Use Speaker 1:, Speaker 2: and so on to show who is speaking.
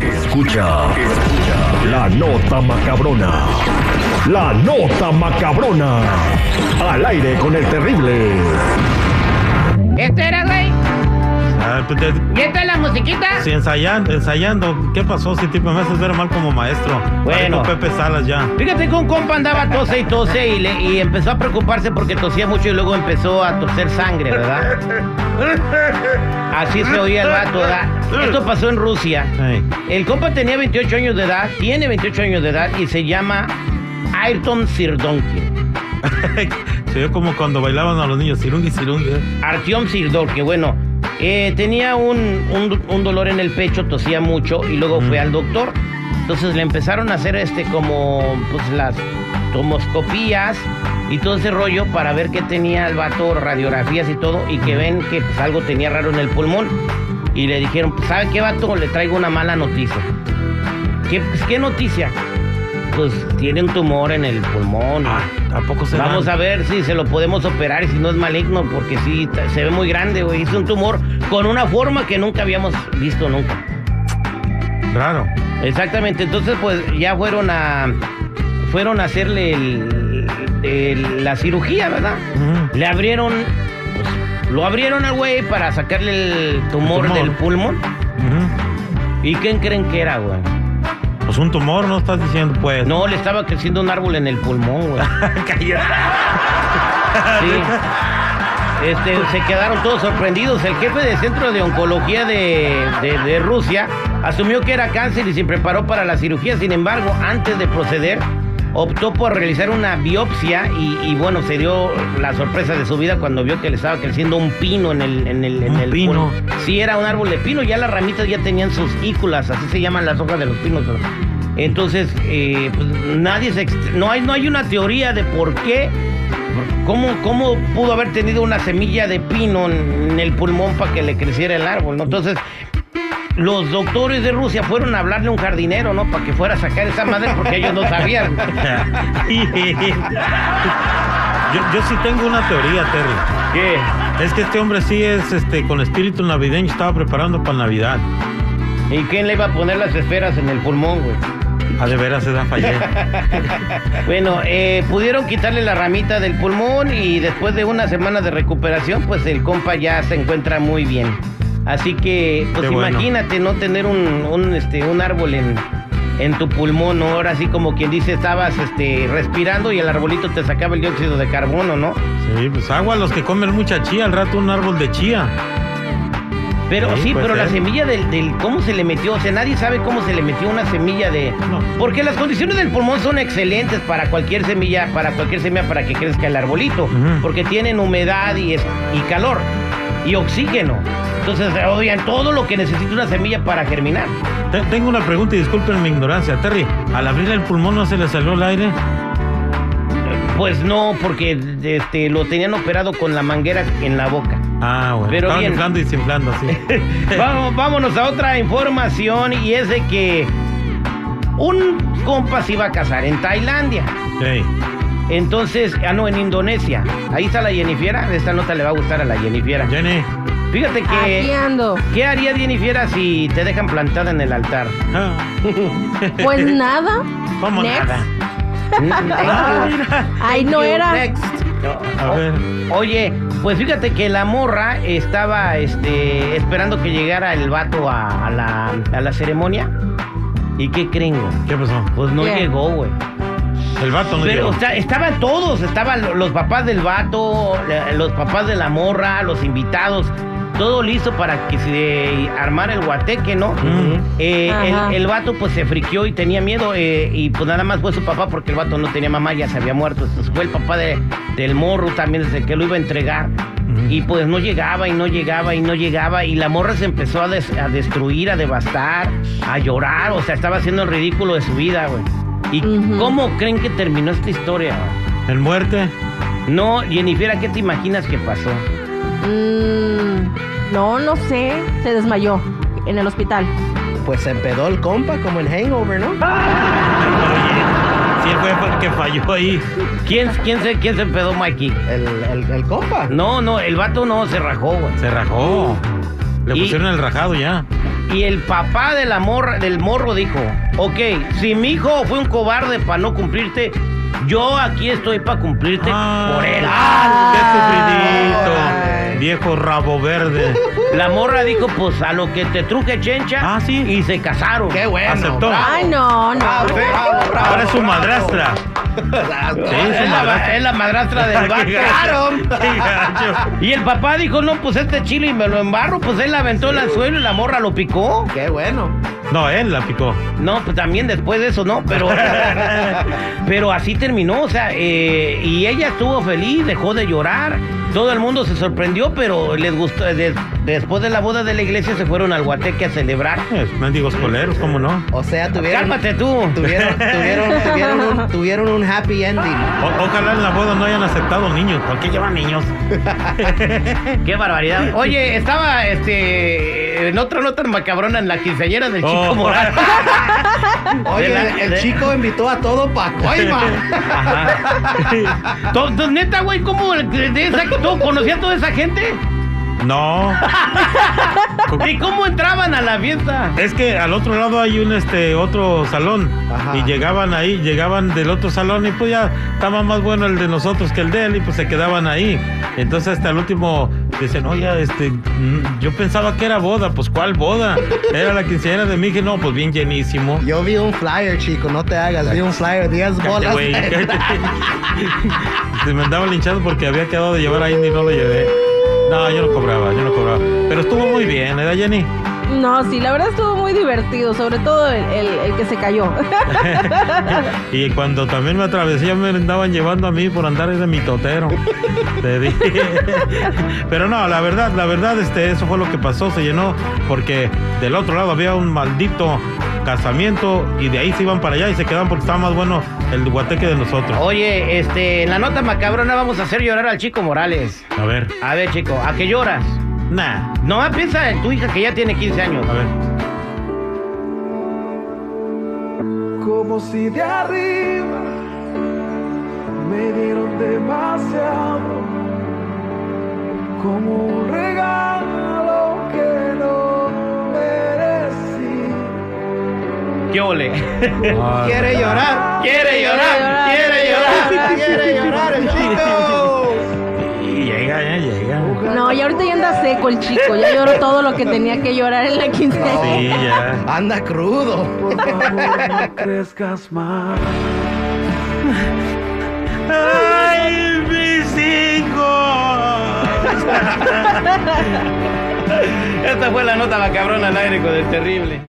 Speaker 1: Escucha, escucha la nota macabrona. La nota macabrona. Al aire con el terrible.
Speaker 2: ¿Este era, güey?
Speaker 3: Ah, pues, de-
Speaker 2: ¿Y esta es la musiquita?
Speaker 3: si ensayando, ensayando, ¿qué pasó? Si tipo me haces ver mal como maestro.
Speaker 2: Bueno.
Speaker 3: Bueno. Pepe Salas ya.
Speaker 2: Fíjate que un compa andaba tose y tose y, le- y empezó a preocuparse porque tosía mucho y luego empezó a toser sangre, ¿verdad? Así se oía el vato, ¿verdad? Esto pasó en Rusia.
Speaker 3: Ey.
Speaker 2: El compa tenía 28 años de edad, tiene 28 años de edad y se llama Ayrton Sirdonkin.
Speaker 3: Se vio como cuando bailaban a los niños, sirungi, sirungi. eh.
Speaker 2: Artyom Sirdonkin, bueno, eh, tenía un, un- un dolor en el pecho, tosía mucho y luego fue al doctor. Entonces le empezaron a hacer este como pues las tomoscopías y todo ese rollo para ver qué tenía el vato, radiografías y todo, y que ven que pues, algo tenía raro en el pulmón. Y le dijeron, pues, ¿sabe qué vato? Le traigo una mala noticia. ¿Qué, pues, qué noticia? Pues tiene un tumor en el pulmón.
Speaker 3: Ah, ¿a poco se
Speaker 2: Vamos a ver si se lo podemos operar y si no es maligno, porque sí, t- se ve muy grande, güey. Es un tumor con una forma que nunca habíamos visto nunca.
Speaker 3: a... Raro.
Speaker 2: Exactamente, entonces pues ya fueron a fueron a hacerle el- el- la cirugía, ¿verdad?
Speaker 3: Ujú.
Speaker 2: Le abrieron, pues, lo abrieron al güey para sacarle el tumor,
Speaker 3: El tumor.
Speaker 2: del pulmón.
Speaker 3: Ujú.
Speaker 2: ¿Y quién creen que era, güey?
Speaker 3: Pues un tumor, ¿no estás diciendo? Pues.
Speaker 2: No, le estaba creciendo un árbol en el pulmón, güey.
Speaker 3: Calla.
Speaker 2: Sí. Este, se quedaron todos sorprendidos. El jefe del centro de oncología de, de- de Rusia asumió que era cáncer y se preparó para la cirugía. Sin embargo, antes de proceder, optó por realizar una biopsia y, y, bueno, se dio la sorpresa de su vida cuando vio que le estaba creciendo un pino en el... En el, en
Speaker 3: Un
Speaker 2: el
Speaker 3: pino.
Speaker 2: pulmón. Sí, era un árbol de pino, ya las ramitas ya tenían sus ículas, así se llaman las hojas de los pinos. Entonces, eh, pues, nadie se... ex- No hay, no hay una teoría de por qué, cómo, cómo pudo haber tenido una semilla de pino en, en el pulmón para que le creciera el árbol, ¿no? Entonces, los doctores de Rusia fueron a hablarle a un jardinero, ¿no? Para que fuera a sacar esa madre porque ellos no sabían.
Speaker 3: yo, yo sí tengo una teoría, Terry.
Speaker 2: ¿Qué?
Speaker 3: Es que este hombre sí es este con espíritu navideño, estaba preparando para Navidad.
Speaker 2: ¿Y quién le iba a poner las esferas en el pulmón, güey?
Speaker 3: A Ah, de veras se da fallé.
Speaker 2: Bueno, eh, pudieron quitarle la ramita del pulmón y después de una semana de recuperación, pues el compa ya se encuentra muy bien. Así que, pues
Speaker 3: Qué bueno.
Speaker 2: imagínate no tener un, un, este, un árbol en, en tu pulmón, ¿no? Ahora sí como quien dice, estabas este, respirando y el arbolito te sacaba el dióxido de carbono, ¿no?
Speaker 3: Sí, pues agua a los que comen mucha chía, al rato un árbol de chía.
Speaker 2: Pero sí,
Speaker 3: Sí, puede
Speaker 2: pero la
Speaker 3: ser.
Speaker 2: semilla del, del cómo se le metió, o sea, nadie sabe cómo se le metió una semilla de...
Speaker 3: No.
Speaker 2: Porque las condiciones del pulmón son excelentes para cualquier semilla, para cualquier semilla para que crezca el arbolito,
Speaker 3: Ujú.
Speaker 2: porque tienen humedad y, es- y calor y oxígeno. Entonces, odian todo lo que necesita una semilla para germinar.
Speaker 3: Te- tengo una pregunta y disculpen mi ignorancia, Terry. Al abrir el pulmón no se le salió el aire.
Speaker 2: Pues no, porque este, lo tenían operado con la manguera en la boca.
Speaker 3: Ah, bueno.
Speaker 2: Pero
Speaker 3: Estaban
Speaker 2: bien.
Speaker 3: inflando y desinflando así.
Speaker 2: Vamos- vámonos a otra información y es de que un compa se iba a casar en Tailandia.
Speaker 3: Ey,
Speaker 2: Entonces, ah, no, en Indonesia. Ahí está la Jennifiera. Esta nota le va a gustar a la Jennifiera.
Speaker 3: Jenny.
Speaker 2: Fíjate
Speaker 4: Aquí
Speaker 2: que.
Speaker 4: ando.
Speaker 2: ¿Qué haría Jennifiera si te dejan plantada en el altar?
Speaker 3: Ah,
Speaker 4: Pues nada.
Speaker 3: ¿Cómo
Speaker 4: Next.
Speaker 3: nada? Ah,
Speaker 2: Thank you.
Speaker 3: mira.
Speaker 4: Ay, no
Speaker 2: Thank you.
Speaker 4: era.
Speaker 2: Mm, Next.
Speaker 3: A ver.
Speaker 2: Oye, pues fíjate que la morra estaba este, esperando que llegara el vato a, a la, a la ceremonia. ¿Y qué creen? güey?
Speaker 3: ¿Qué pasó?
Speaker 2: Pues no
Speaker 4: ¿Qué?
Speaker 2: llegó, güey.
Speaker 3: El vato no
Speaker 2: Pero
Speaker 3: llegó.
Speaker 2: o sea, estaban todos, estaban lo- los papás del vato, la- los papás de la morra, los invitados, todo listo para que se armara el guateque, ¿no?
Speaker 3: Ujú.
Speaker 2: Eh,
Speaker 4: Ajá.
Speaker 2: el, el vato pues se friqueó y tenía miedo eh, y pues nada más fue su papá porque el vato no tenía mamá, ya se había muerto. Entonces fue el papá de- del morro también desde que lo iba a entregar.
Speaker 3: Ujú.
Speaker 2: Y pues no llegaba y no llegaba y no llegaba y la morra se empezó a, des- a destruir, a devastar, a llorar, o sea, estaba haciendo el ridículo de su vida, güey. ¿Y
Speaker 4: Ujú.
Speaker 2: cómo creen que terminó esta historia?
Speaker 3: ¿En muerte?
Speaker 2: No, Jennifer, ¿qué te imaginas que pasó?
Speaker 4: Mm, no, no sé. Se desmayó en el hospital.
Speaker 5: Pues se empedó el compa como en Hangover, ¿no?
Speaker 2: Ah,
Speaker 3: Oye, sí, fue el que falló ahí.
Speaker 2: ¿Quién, quién, se, quién se empedó, Mikey?
Speaker 5: El, el, el compa.
Speaker 2: No, no, el vato no se rajó, güey.
Speaker 3: Se rajó. Le
Speaker 2: Y-
Speaker 3: pusieron el rajado ya.
Speaker 2: Y el papá de la morra, del morro dijo, ok, si mi hijo fue un cobarde para no cumplirte, yo aquí estoy para cumplirte
Speaker 3: Ah,
Speaker 2: este, por él.
Speaker 3: ¡Qué sufridito! Viejo rabo verde.
Speaker 2: La morra dijo, pues a lo que te truje chencha.
Speaker 3: Ah, sí.
Speaker 2: Y se casaron.
Speaker 5: Qué bueno.
Speaker 3: Aceptó.
Speaker 5: bravo.
Speaker 4: Ay, no, no.
Speaker 5: Bravo, bravo, bravo,
Speaker 3: Ahora es su
Speaker 5: bravo.
Speaker 3: madrastra.
Speaker 5: Bravo.
Speaker 3: Sí, su
Speaker 2: Es la,
Speaker 3: madrastra.
Speaker 2: es la madrastra del
Speaker 3: ¡Qué gacho!
Speaker 2: barrio.
Speaker 3: ¡Qué gacho!
Speaker 2: Y el papá dijo, no, pues este chile y me lo embarro, pues él la aventó en el suelo y la morra lo picó.
Speaker 5: Qué bueno.
Speaker 3: No, él la picó.
Speaker 2: No, pues también después de eso, ¿no? Pero, pero así terminó, o sea, eh, y ella estuvo feliz, dejó de llorar, todo el mundo se sorprendió, pero les gustó, des- después de la boda de la iglesia se fueron al Guateque a celebrar.
Speaker 3: Es mendigos coleros, ¿cómo no?
Speaker 5: O sea, tuvieron.
Speaker 2: Cálmate tú.
Speaker 5: Tuvieron, tuvieron, tuvieron, un, tuvieron un happy ending.
Speaker 3: O- ojalá en la boda no hayan aceptado niños. ¿Por qué llevan niños?
Speaker 2: Qué barbaridad. Oye, estaba este en otra nota macabrona en la quinceañera del Chico
Speaker 3: Oh.
Speaker 2: Morales.
Speaker 5: Oye,
Speaker 2: De la-
Speaker 5: el, el
Speaker 2: de-
Speaker 5: chico invitó a todo pa' Coima.
Speaker 3: Ajá.
Speaker 2: To- to- Neta, güey, ¿cómo de de esa, tú conocías a toda esa gente?
Speaker 3: No.
Speaker 2: ¿Y cómo entraban a la fiesta?
Speaker 3: Es que al otro lado hay un este otro salón
Speaker 5: Ajá.
Speaker 3: y llegaban ahí, llegaban del otro salón y pues ya estaba más bueno el de nosotros que el de él y pues se quedaban ahí. Entonces hasta el último dicen, oye, este, mm, yo pensaba que era boda, pues ¿cuál boda? Era la quinceañera de mi hija, no, pues bien llenísimo.
Speaker 5: Yo vi un flyer, chico, no te hagas. Vi un flyer, 10
Speaker 3: Cállate,
Speaker 5: bolas.
Speaker 3: güey, cállate. Se me andaba linchando porque había quedado de llevar a Indy y no lo llevé. No, yo no cobraba, yo no cobraba. Pero estuvo muy bien, ¿verdad, Jenny?
Speaker 4: No, sí, la verdad estuvo muy divertido, sobre todo el, el- el que se cayó.
Speaker 3: Y cuando también me atravesé, ya me andaban llevando a mí por andar de mitotero. Te dije. Pero no, la verdad, la verdad, este, eso fue lo que pasó, se llenó, porque del otro lado había un maldito casamiento y de ahí se iban para allá y se quedaban porque estaba más bueno el guateque de nosotros.
Speaker 2: Oye, este, en la nota macabrona vamos a hacer llorar al Chico Morales.
Speaker 3: A ver.
Speaker 2: A ver, chico, ¿a qué lloras?
Speaker 3: Nah.
Speaker 2: No, piensa en tu hija que ya tiene 15 años.
Speaker 3: A ver.
Speaker 6: como si de arriba me dieron demasiado, como un regalo que no merecí.
Speaker 2: ¿Qué ole?
Speaker 5: Quiere llorar.
Speaker 2: ¡Quiere llorar! ¡Quiere llorar!
Speaker 5: Quiere llorar el chico.
Speaker 3: Y llega, ya llega.
Speaker 4: No, y ahorita ya anda seco el chico, ya lloró todo lo que tenía que llorar en la quinceañera.
Speaker 3: Sí, ya.
Speaker 5: Anda crudo.
Speaker 6: Por favor, no crezcas más.
Speaker 3: ¡Ay, mis hijos!
Speaker 2: Esta fue la nota macabrona al aire con el terrible.